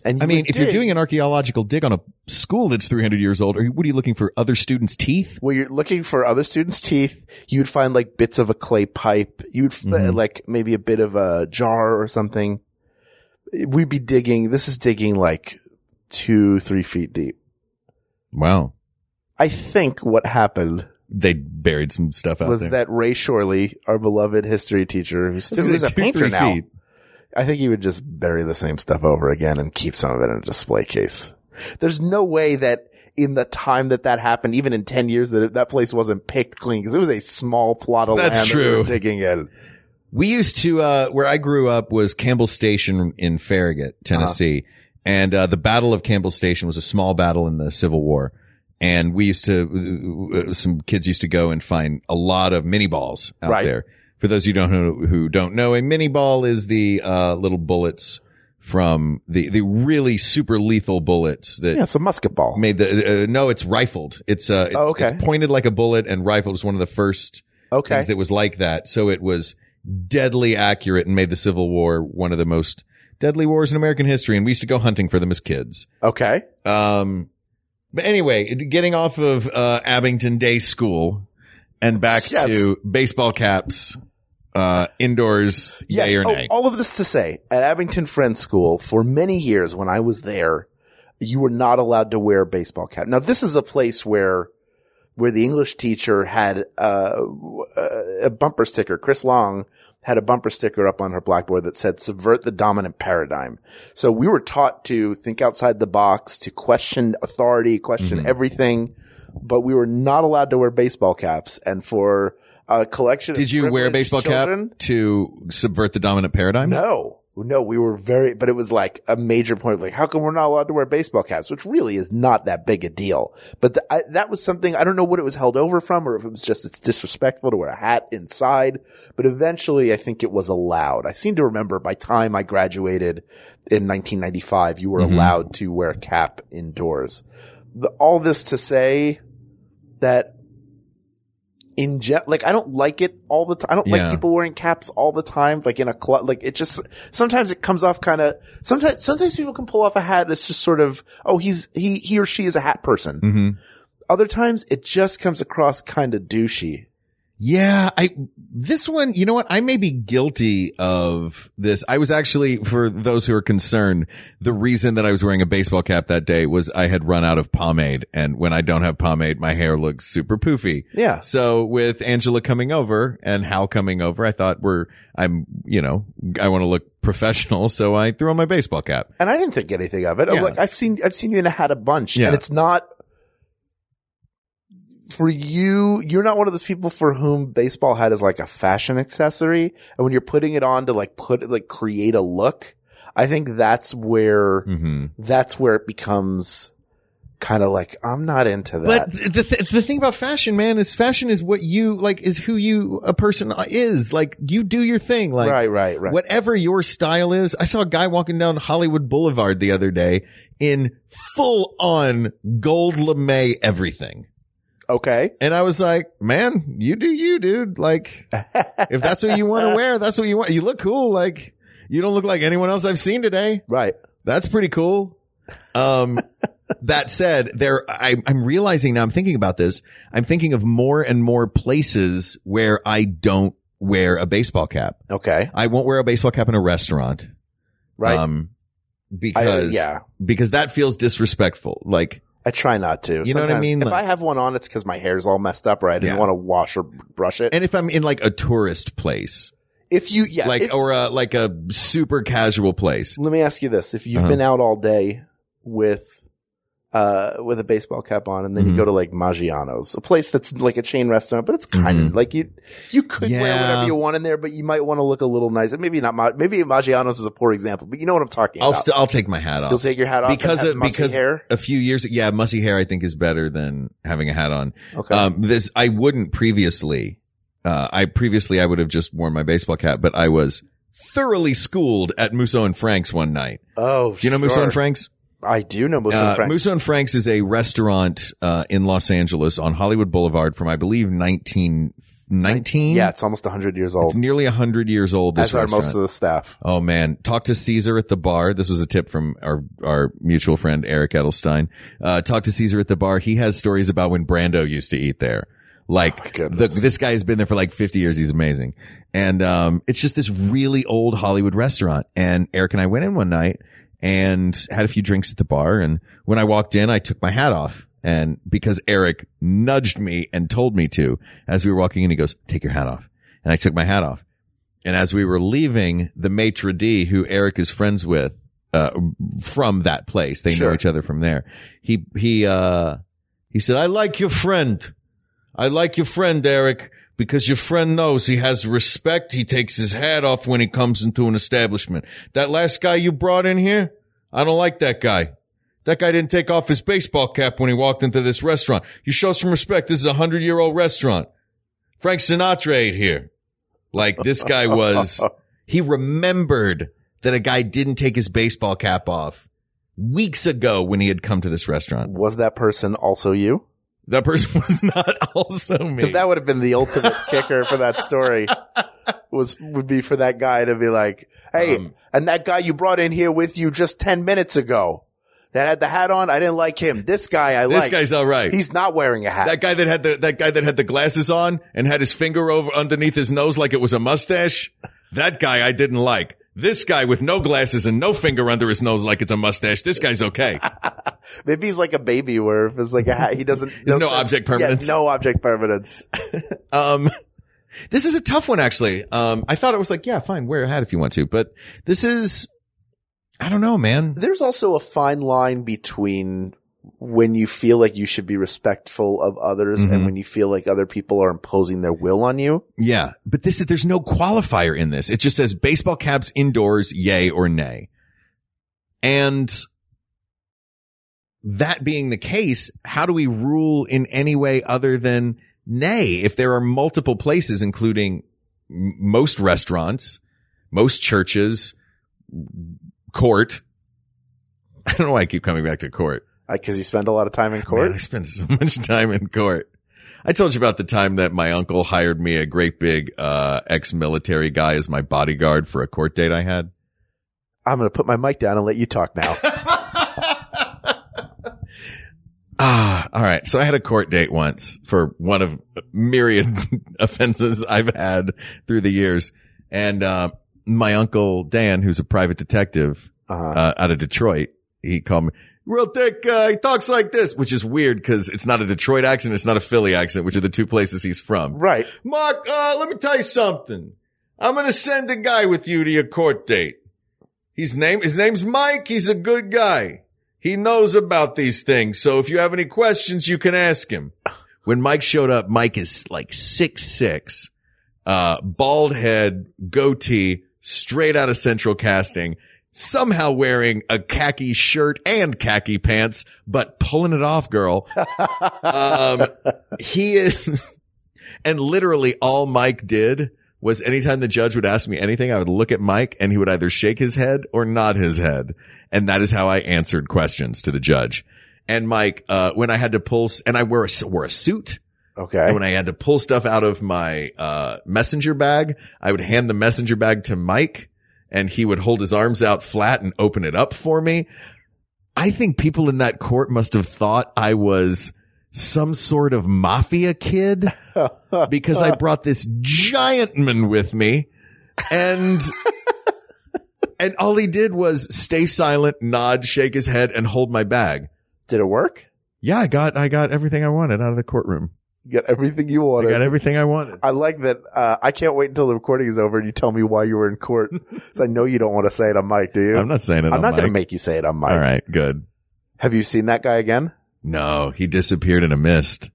And you
I mean,
would
if you're
dig-
doing an archaeological dig on a school that's 300 years old, are you, what are you looking for? Other students' teeth?
where you're looking for other students' teeth, you'd find like bits of a clay pipe. You'd f-
Mhm.
like maybe a bit of a jar or something. We'd be digging. This is digging like two, three feet deep.
Wow.
I think what happened
They buried some stuff out
was
there.
that Ray Shorley, our beloved history teacher, who's still
It's
who's a
like two,
painter
three
now,
feet.
I think he would just bury the same stuff over again and keep some of it in a display case. There's no way that in the time that that happened, even in 10 years, that it- that place wasn't picked clean because it was a small plot of
That's
land that we were
true.
digging in.
We used to, uh, where I grew up was Campbell Station in
Uh-huh.
Farragut, Tennessee. And, uh, the Battle of Campbell Station was a small battle in the Civil War. And we used to, uh, some kids used to go and find a lot of mini balls out
Right.
there. For those who don't know, who don't know, a mini ball is the, uh, little bullets from the, the really super lethal bullets that
Yeah, it's a musket ball.
made the, uh, no, it's rifled. It's, uh, it's,
Oh, okay.
it's pointed like a bullet and rifled. It was one of the first
Okay.
things that was like that. So it was deadly accurate and made the Civil War one of the most deadly wars in American history. And we used to go hunting for them as kids.
okay.
Um, but anyway, it- getting off of uh, Abington Day School and back
Yes.
to baseball caps, uh, indoors,
Yes.
yay or
oh,
nay.
all of this to say, at Abington Friends School, for many years when I was there, you were not allowed to wear a baseball cap. Now, this is a place where where the English teacher had uh, w- uh, a bumper sticker. Chris Long had a bumper sticker up on her blackboard that said "Subvert the dominant paradigm." So we were taught to think outside the box, to question authority, question
Mm-hmm.
everything, but we were not allowed to wear baseball caps. And for a collection,
Did
of
you wear a
privileged
baseball
children-
cap to subvert the dominant paradigm?
no, no, we were very, but it was like a major point. Like, how come we're not allowed to wear baseball caps? Which really is not that big a deal. But the, I, that was something I don't know what it was held over from, or if it was just it's disrespectful to wear a hat inside. But eventually, I think it was allowed. I seem to remember by time I graduated in 1995, you were allowed to wear a cap indoors. The, all this to say that. In gen- like I don't like it all the time. I don't like
Yeah.
people people wearing caps all the time, like in a club. Like it just sometimes it comes off kind of. Sometimes sometimes people can pull off a hat. It's just sort of oh he's he he or she is a hat person.
Mm-hmm.
Other times it just comes across kind of douchey.
Yeah, I this one, you know what? I may be guilty of this. I was actually for those who are concerned, the reason that I was wearing a baseball cap that day was I had run out of pomade and when I don't have pomade, my hair looks super poofy.
Yeah.
So with Angela coming over and Hal coming over, I thought we're I'm, you know, I want to look professional, so I threw on my baseball cap.
And I didn't think anything of it. I'm
Yeah.
Like I've seen I've seen you in a hat a bunch,
Yeah.
and it's not. For you, you're not one of those people for whom baseball hat is like a fashion accessory. And when you're putting it on to like put, like create a look, I think that's where
Mm-hmm.
that's where it becomes kind of like I'm not into that.
But th- the th- the thing about fashion, man, is fashion is what you like is who you a person is. Like you do your thing. Like
right, right, right.
whatever your style is. I saw a guy walking down Hollywood Boulevard the other day in full on gold lame everything.
okay.
And I was like, man, you do you, dude. Like, if that's what you want to wear, that's what you want. You look cool. Like, you don't look like anyone else I've seen today.
Right.
That's pretty cool. Um, that said, there, I, I'm realizing now I'm thinking about this. I'm thinking of more and more places where I don't wear a baseball cap.
Okay.
I won't wear a baseball cap in a restaurant.
Right.
Um,
I- uh,
because,
yeah.
because that feels disrespectful. Like,
I try not to.
You know what I
Sometimes
mean?
If
Like-
I have one on, it's because my hair's all messed up, or I didn't
Yeah.
want to wash or brush it.
and if I'm in like a tourist place,
if you, yeah,
like,
if-
or a, like a super casual place.
let me ask you this: If you've
Uh-huh.
been out all day with, uh, with a baseball cap on, and then
Mhm.
you go to like Maggiano's, a place that's like a chain restaurant, but it's kind of like you, you could wear
Mm-hmm. Yeah.
whatever you want in there, but you might want to look a little nice. Maybe not. Ma- maybe Maggiano's is a poor example, but you know what I'm talking
I'll
about.
still, I'll take my hat off.
You'll take your hat off
because
and have
of,
mussy
because
hair.
a few years, yeah, mussy hair I think is better than having a hat on.
Okay.
Um, this I wouldn't previously. Uh, I previously I would have just worn my baseball cap, but I was thoroughly schooled at Musso and Frank's one night.
oh,
Do you know Musso
sure.
and Frank's?
I do know Musso
Uh,
and Frank.
Musso and Frank's is a restaurant uh, in Los Angeles on Hollywood Boulevard from I believe nineteen nineteen.
yeah, it's almost hundred years
it's
old.
nearly hundred years old. This
As are
restaurant.
most of the staff.
Oh man, talk to Caesar at the bar. This was a tip from our our mutual friend Eric Edelstein. Uh, talk to Caesar at the bar. He has stories about when Brando used to eat there. Like
Oh, my
the,
goodness.
this guy has been there for like 50 years. He's amazing. And, um, it's just this really old Hollywood restaurant. And Eric and I went in one night and had a few drinks at the bar. And when I walked in, I took my hat off. And because Eric nudged me and told me to, as we were walking in, he goes, take your hat off. And I took my hat off. And as we were leaving, the maitre d who Eric is friends with, uh, from that place, they know
Sure.
each other from there. He, he, uh, he said, I like your friend. I like your friend, Eric, because your friend knows he has respect. He takes his hat off when he comes into an establishment. That last guy you brought in here, I don't like that guy. That guy didn't take off his baseball cap when he walked into this restaurant. You show some respect. This is a hundred year old restaurant. Frank Sinatra ate here. Like this guy was, he remembered that a guy didn't take his baseball cap off weeks ago when he had come to this restaurant.
Was that person also you?
That person was not also me.
Because that would have been the ultimate kicker for that story. Was would be for that guy to be like, "Hey,
Um,
and that guy you brought in here with you just ten minutes ago, that had the hat on, I didn't like him. This guy I
This
like.
guy's all right.
He's not wearing a hat.
that guy that had the that guy that had the glasses on and had his finger over underneath his nose like it was a mustache. That guy I didn't like. This guy with no glasses and no finger under his nose like it's a mustache. This guy's okay.
Maybe he's like a baby, where if it's like a hat, he doesn't.
There's no object
Yeah,
permanence.
no object permanence.
Um, this is a tough one actually. Um, I thought it was like, yeah, fine, wear a hat if you want to, but this is, I don't know, man.
There's also a fine line between when you feel like you should be respectful of others and
Mhm.
when you feel like other people are imposing their will on you.
Yeah, but this is there's no qualifier in this. It just says baseball caps indoors, yay or nay. And that being the case, how do we rule in any way other than nay? If there are multiple places, including m- most restaurants, most churches, court. I don't know why I keep coming back to court.
Because uh, you spend a lot of time in court.
Man, I spent so much time in court. I told you about the time that my uncle hired me a great big uh, ex-military guy as my bodyguard for a court date I had.
I'm going to put my mic down and let you talk now.
Ah, all right. So I had a court date once for one of myriad offenses I've had through the years, and uh, my uncle Dan, who's a private detective,
Uh-huh.
uh, out of Detroit. He called me real thick. Uh, he talks like this, which is weird because it's not a Detroit accent. It's not a Philly accent, which are the two places he's from.
right.
Mark, uh, let me tell you something. I'm going to send a guy with you to your court date. His name, his name's Mike. He's a good guy. He knows about these things. So if you have any questions, you can ask him. When Mike showed up, Mike is like six, six, uh, bald head, goatee, straight out of central casting, somehow wearing a khaki shirt and khaki pants, but pulling it off, girl. um, he is, and literally all Mike did was anytime the judge would ask me anything, I would look at Mike and he would either shake his head or nod his head. And that is how I answered questions to the judge. And Mike, uh, when I had to pull, s- and I wear a, s- wore a suit. And
Okay.
when I had to pull stuff out of my uh, messenger bag, I would hand the messenger bag to Mike and he would hold his arms out flat and open it up for me. I think people in that court must have thought I was some sort of mafia kid because
Uh.
I brought this giant man with me and and all he did was stay silent, nod, shake his head and hold my bag.
Did it work?
Yeah, I got I got everything I wanted out of the courtroom.
You got everything you
I got
wanted.
everything I wanted.
I like that. Uh, I can't wait until the recording is over and you tell me why you were in court. 'Cause I know you don't want to say it on mic, do you?
I'm not saying it.
I'm
on
not going to
mic.
make you say it on mic.
All right, good.
Have you seen that guy again?
No, he disappeared in a mist.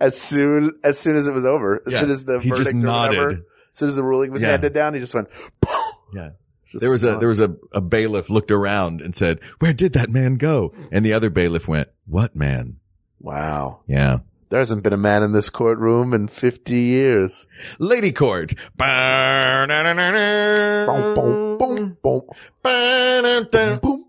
As soon as soon as it was over, as
Yeah.
soon as the
He just
verdict or
nodded.
whatever, as soon as the ruling was
Yeah.
handed down, he just went.
Yeah.
Just
There was a
gone.
there was a, a bailiff looked around and said, "Where did that man go?" And the other bailiff went, "What man?"
wow.
Yeah,
There hasn't been a man in this courtroom in 50 years.
lady court.
Boom, boom, boom, boom. Boom.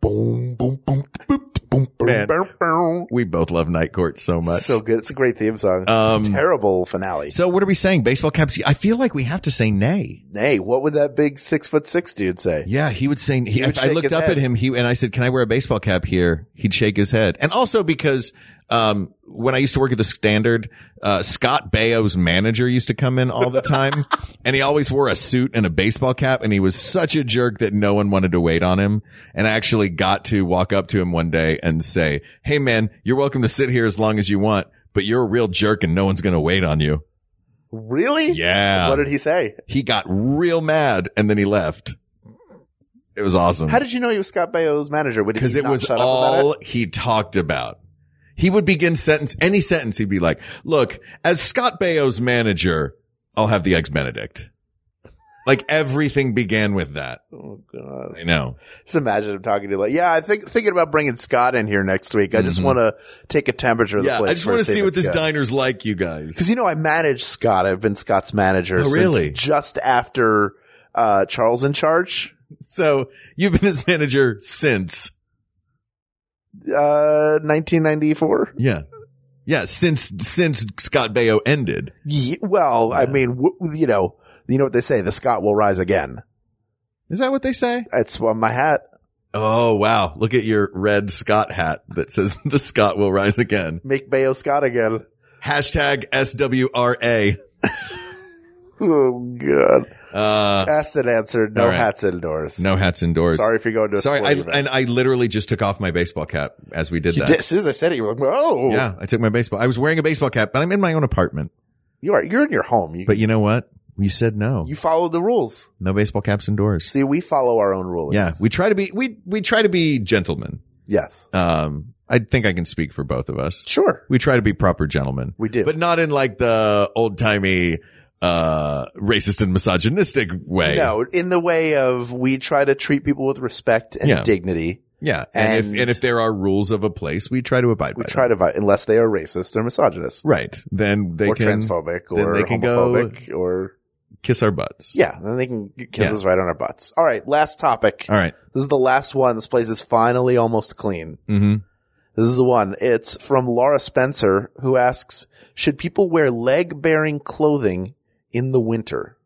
Boom, boom, boom, boom, boom, boom,
Man.
boom, boom.
We both love night court so much.
So good. It's a great theme song.
Um,
Terrible finale.
so what are we saying? Baseball caps. I feel like we have to say nay.
Hey, what would that big six foot six dude say?
Yeah, he would say. He,
He would
I
shake
looked
his
up
head.
at him. He and I said, "Can I wear a baseball cap here?" He'd shake his head. And also because um, when I used to work at the Standard, uh, Scott Baio's manager used to come in all the time, and he always wore a suit and a baseball cap. And he was such a jerk that no one wanted to wait on him. And I actually got to walk up to him one day and say, "Hey, man, you're welcome to sit here as long as you want." But you're a real jerk and no one's going to wait on you.
Really?
Yeah.
What did he say?
he got real mad and then he left. It was awesome
How did you know he was Scott Baio's manager? Would he
because it
not
was
shut up about
all
it?
he talked about. He would begin sentence, any sentence, he'd be like, look, as Scott Baio's manager, I'll have the eggs Benedict. Like everything began with that.
Oh, God.
I know.
Just imagine him talking to you like, yeah, I think thinking about bringing Scott in here next week. I just want to take a temperature of the
Mm-hmm. Yeah.
place.
I just want to
first,
see
if
what
it's
this
good.
diner's like, you guys.
Because you know, I managed Scott. I've been Scott's manager.
Oh,
since
really?
just after uh, Charles in charge.
So you've been his manager since.
Uh, 1994.
Yeah. Yeah. Since, since Scott Baio ended.
Ye well, I mean, w- you know, you know what they say: the Scott will rise again.
Is that what they say?
That's on my hat.
Oh, wow. Look at your red Scott hat that says the Scott will rise again.
Make Bayo Scott again.
Hashtag SWRA.
Oh God!
Uh,
Asked and answered. No
All right.
hats indoors.
no hats indoors.
Sorry if you're going to a
Sorry.
sport
I,
event.
and I literally just took off my baseball cap as we did
You
that.
did- as soon as I said it, you were like, "Oh,
Yeah. I took my baseball. I was wearing a baseball cap, but I'm in my own apartment.
you are. You're in your home. You,
But you know what? We said no.
you followed the rules.
No baseball caps indoors.
See, we follow our own rules.
Yeah. We try to be, we, we try to be gentlemen.
yes.
Um, I think I can speak for both of us.
Sure.
We try to be proper gentlemen.
We do.
But not in like the old timey, uh, racist and misogynistic way.
No, in the way of we try to treat people with respect and
Yeah.
dignity.
Yeah. And,
And-
if, and if there are rules of a place, we try to abide
We
by
try
them.
to, vi- unless they are racist or misogynist,
Right. Then they
or
can
transphobic,
then
or
they can go-
homophobic, or
kiss our butts.
yeah, then they can kiss
Yeah.
us right on our butts. All right, last topic.
All right.
This is the last one. This place is finally almost clean.
Mm-hmm.
This is the one. It's from Laura Spencer, who asks, "Should people wear leg-bearing clothing in the winter?"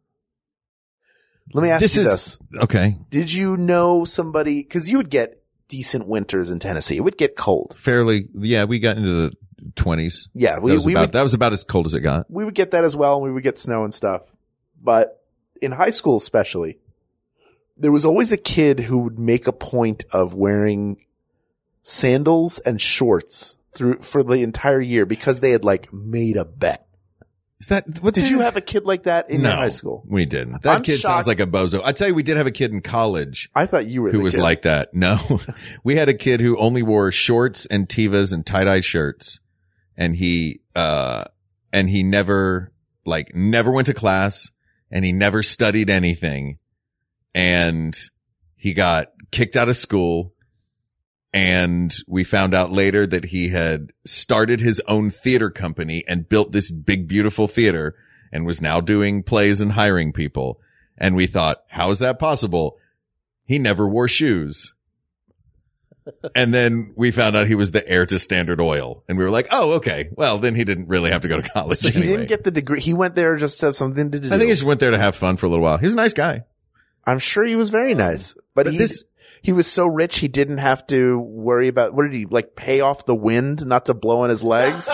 Let me ask
This
you
is-
this.
Okay.
Did you know somebody? Because you would get decent winters in Tennessee. It would get cold.
Fairly. Yeah. We got into the twenties.
Yeah,
that
we
was
we
about
would,
that was about as cold as it got.
we would get that as well, and we would get snow and stuff. But in high school, especially, there was always a kid who would make a point of wearing sandals and shorts through for the entire year because they had like made a bet.
Is that what
Did
the-
you have a kid like that in
no,
your high school?
We didn't. That
I'm
kid
shocked-
sounds like a bozo. I tell you, we did have a kid in college
I thought you were
who
the
was
kid.
like that. No, we had a kid who only wore shorts and tivas and tie dye shirts, and he uh and he never like never went to class, and he never studied anything, and he got kicked out of school. And we found out later that he had started his own theater company and built this big, beautiful theater and was now doing plays and hiring people. And we thought, how is that possible? He never wore shoes. and then we found out he was the heir to Standard Oil. And we were like, oh, okay. Well, then he didn't really have to go to college.
So he
anyway.
didn't get the degree. He went there just to have something to do.
I think he just went there to have fun for a little while. He's a nice guy.
I'm sure he was very nice, Um, but,
but
he,
this-
he was so rich he didn't have to worry about what did he like pay off the wind not to blow on his legs.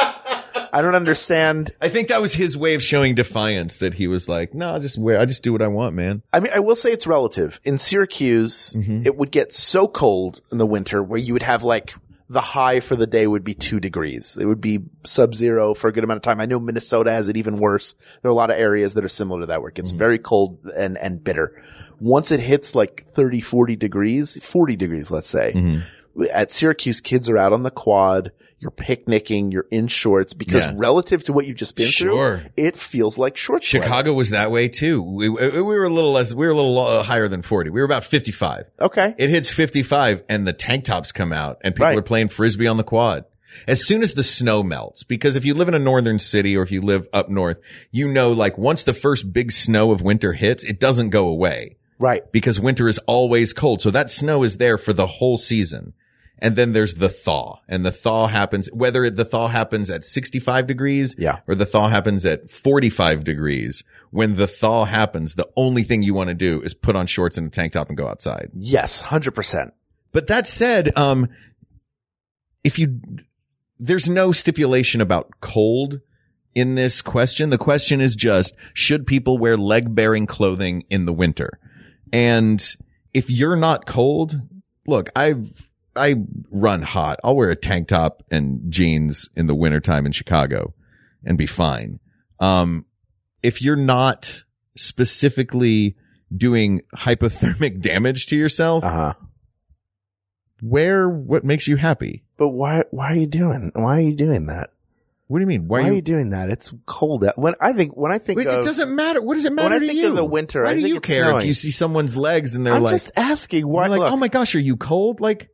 I don't understand.
I think that was his way of showing defiance that he was like, no, I just wear, I just do what I want, man.
I mean, I will say it's relative. In Syracuse,
Mm-hmm.
it would get so cold in the winter where you would have like the high for the day would be two degrees. It would be sub zero for a good amount of time. I know Minnesota has it even worse. There are a lot of areas that are similar to that where it
Mm-hmm.
gets very cold and, and bitter. Once it hits like 30, 40 degrees, 40 degrees, let's say
Mm-hmm.
at Syracuse, kids are out on the quad. You're picnicking. You're in shorts because
Yeah.
relative to what you've just been
Sure.
through, it feels like shorts.
Chicago was that way too. We, we we were a little less, we were a little uh, higher than 40. We were about 55.
Okay.
It hits 55 and the tank tops come out and people
Right.
are playing frisbee on the quad. As soon as the snow melts, because if you live in a northern city or if you live up north, you know, like once the first big snow of winter hits, it doesn't go away.
Right.
because winter is always cold. So that snow is there for the whole season. And then there's the thaw and the thaw happens, whether the thaw happens at 65 degrees
Yeah.
or the thaw happens at 45 degrees. When the thaw happens, the only thing you want to do is put on shorts and a tank top and go outside.
Yes. Hundred percent.
But that said, um, if you, there's no stipulation about cold in this question. The question is just, should people wear leg bearing clothing in the winter? And if you're not cold, look, I've, I run hot. I'll wear a tank top and jeans in the wintertime in Chicago and be fine. Um, if you're not specifically doing hypothermic damage to yourself,
Uh huh.
wear what makes you happy.
But why? Why are you doing? Why are you doing that?
What do you mean?
Why, are, you, doing that? It's cold out. When I think when I think
Wait,
of,
it doesn't matter. What does it
When I
matter to
think
you?
of the winter,
Why
I
do
think
you
it's
care if
snowing.
you see someone's legs and they're
I'm
like,
just asking why.
you're like,
look,
oh my gosh, are you cold? Like,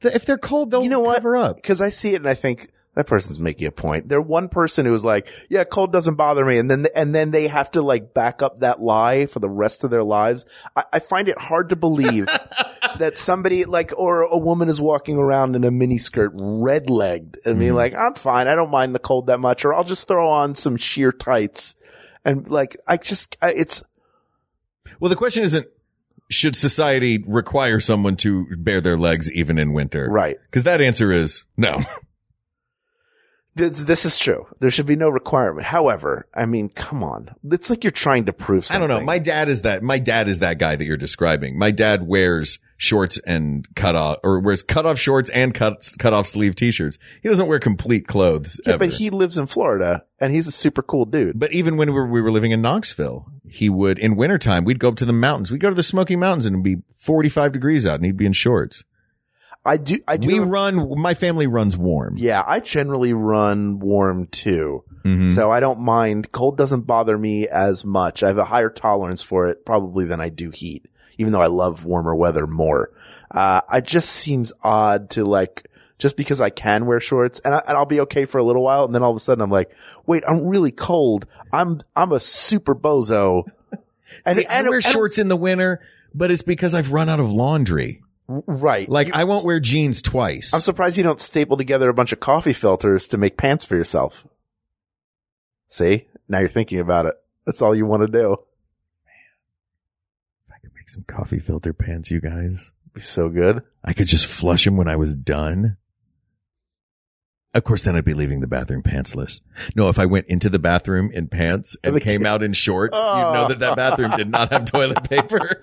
th- if they're cold, they'll
You know what?
cover up.
because I see it and I think that person's making a point. They're one person who was like, "Yeah, cold doesn't bother me," and then and then they have to like back up that lie for the rest of their lives. I, I find it hard to believe that somebody like or a woman is walking around in a miniskirt, red legged, and
Mm-hmm.
being like, "I'm fine. I don't mind the cold that much," or "I'll just throw on some sheer tights," and like I just I, it's
Well, the question isn't should society require someone to bare their legs even in winter?
right.
Because that answer is no.
This, this is true. There should be no requirement. However, I mean, come on. It's like you're trying to prove
I
something.
don't know. My dad is that. My dad is that guy that you're describing. My dad wears shorts and cut off, or wears cut off shorts and cut cut off sleeve t-shirts. He doesn't wear complete clothes.
Yeah,
ever.
but he lives in Florida and he's a super cool dude.
But even when we were, we were living in Knoxville, he would in wintertime we'd go up to the mountains. We'd go to the Smoky Mountains and it'd be 45 degrees out, and he'd be in shorts.
I do, I do.
We run. My family runs warm.
yeah, I generally run warm too.
Mhm.
So I don't mind. Cold doesn't bother me as much. I have a higher tolerance for it probably than I do heat, even though I love warmer weather more. Uh, it just seems odd to like, just because I can wear shorts and, I, and I'll be okay for a little while. And then all of a sudden I'm like, wait, I'm really cold. I'm, I'm a super bozo. And,
I
and-
wear
and-
shorts in the winter, but it's because I've run out of laundry.
Right.
Like I won't wear jeans twice.
I'm surprised you don't staple together a bunch of coffee filters to make pants for yourself. See? Now you're thinking about it. That's all you want to do.
I could make some coffee filter pants, you guys.
Be so good.
I could just flush them when I was done. Of course, then I'd be leaving the bathroom pantsless. No, if I went into the bathroom in pants and
Like-
came out in shorts, you'd know that that bathroom did not have toilet paper.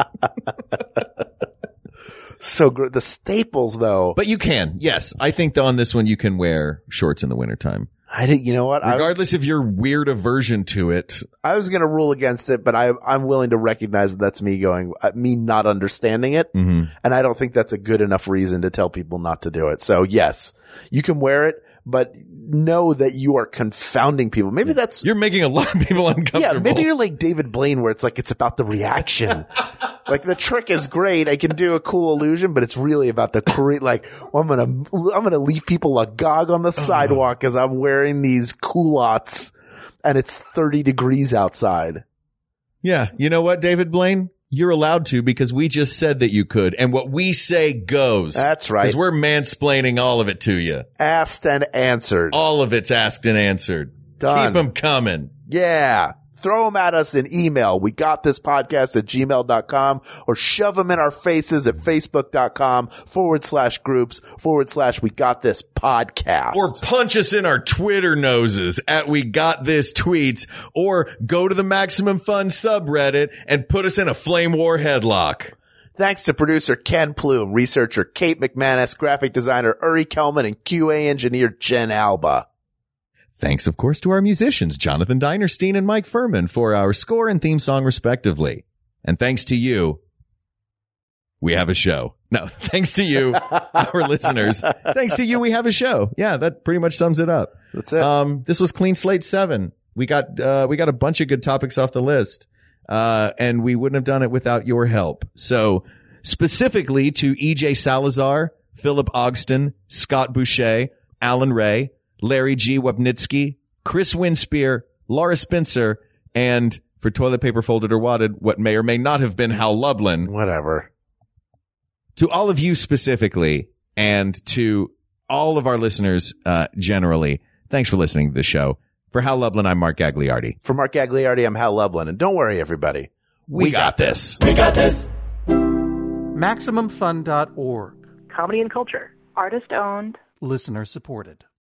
So good. The staples though.
But you can. Yes. I think on this one, you can wear shorts in the wintertime.
I didn't, you know what? I was,
Regardless of your weird aversion to it.
I was going to rule against it, but I, I'm willing to recognize that that's me going, uh, me not understanding it.
Mm-hmm.
And I don't think that's a good enough reason to tell people not to do it. So yes, you can wear it, but know that you are confounding people. Maybe that's
You're making a lot of people
yeah,
uncomfortable.
maybe you're like David Blaine where it's like it's about the reaction. like the trick is great. I can do a cool illusion, but it's really about the cre- like well, I'm going to I'm going to leave people agog on the sidewalk as I'm wearing these culottes and it's 30 degrees outside.
Yeah. You know what, David Blaine? You're allowed to because we just said that you could. And what we say goes.
That's right.
Because we're mansplaining all of it to you.
Asked and answered.
All of it's asked and answered.
Done.
Keep them coming.
Yeah. Throw them at us in email. We got this podcast at gmail.com or shove them in our faces at facebook.com forward slash groups forward slash we got this podcast.
Or punch us in our Twitter noses at We Got This Tweets, or go to the Maximum Fun subreddit and put us in a flame war headlock.
Thanks to producer Ken Plume, researcher Kate McManus, graphic designer Uri Kelman, and QA engineer Jen Alba.
Thanks, of course, to our musicians, Jonathan Dinerstein and Mike Furman, for our score and theme song, respectively. And thanks to you, we have a show. No, thanks to you, our listeners. Thanks to you, we have a show. Yeah, that pretty much sums it up.
That's it.
Um, this was Clean Slate 7. We got, uh, we got a bunch of good topics off the list. Uh, and we wouldn't have done it without your help. So specifically to EJ Salazar, Philip Ogston, Scott Boucher, Alan Ray, Larry G. Wapnitsky, Chris Winspear, Laura Spencer, and for toilet paper folded or wadded, what may or may not have been Hal Lublin
Whatever.
to all of you specifically and to all of our listeners uh, generally, thanks for listening to the show. For Hal Lublin, I'm Mark Gagliardi.
For Mark Gagliardi, I'm Hal Lublin. And don't worry, everybody.
We, got this.
We got this.
MaximumFun.org.
comedy and culture.
Artist owned.
Listener supported.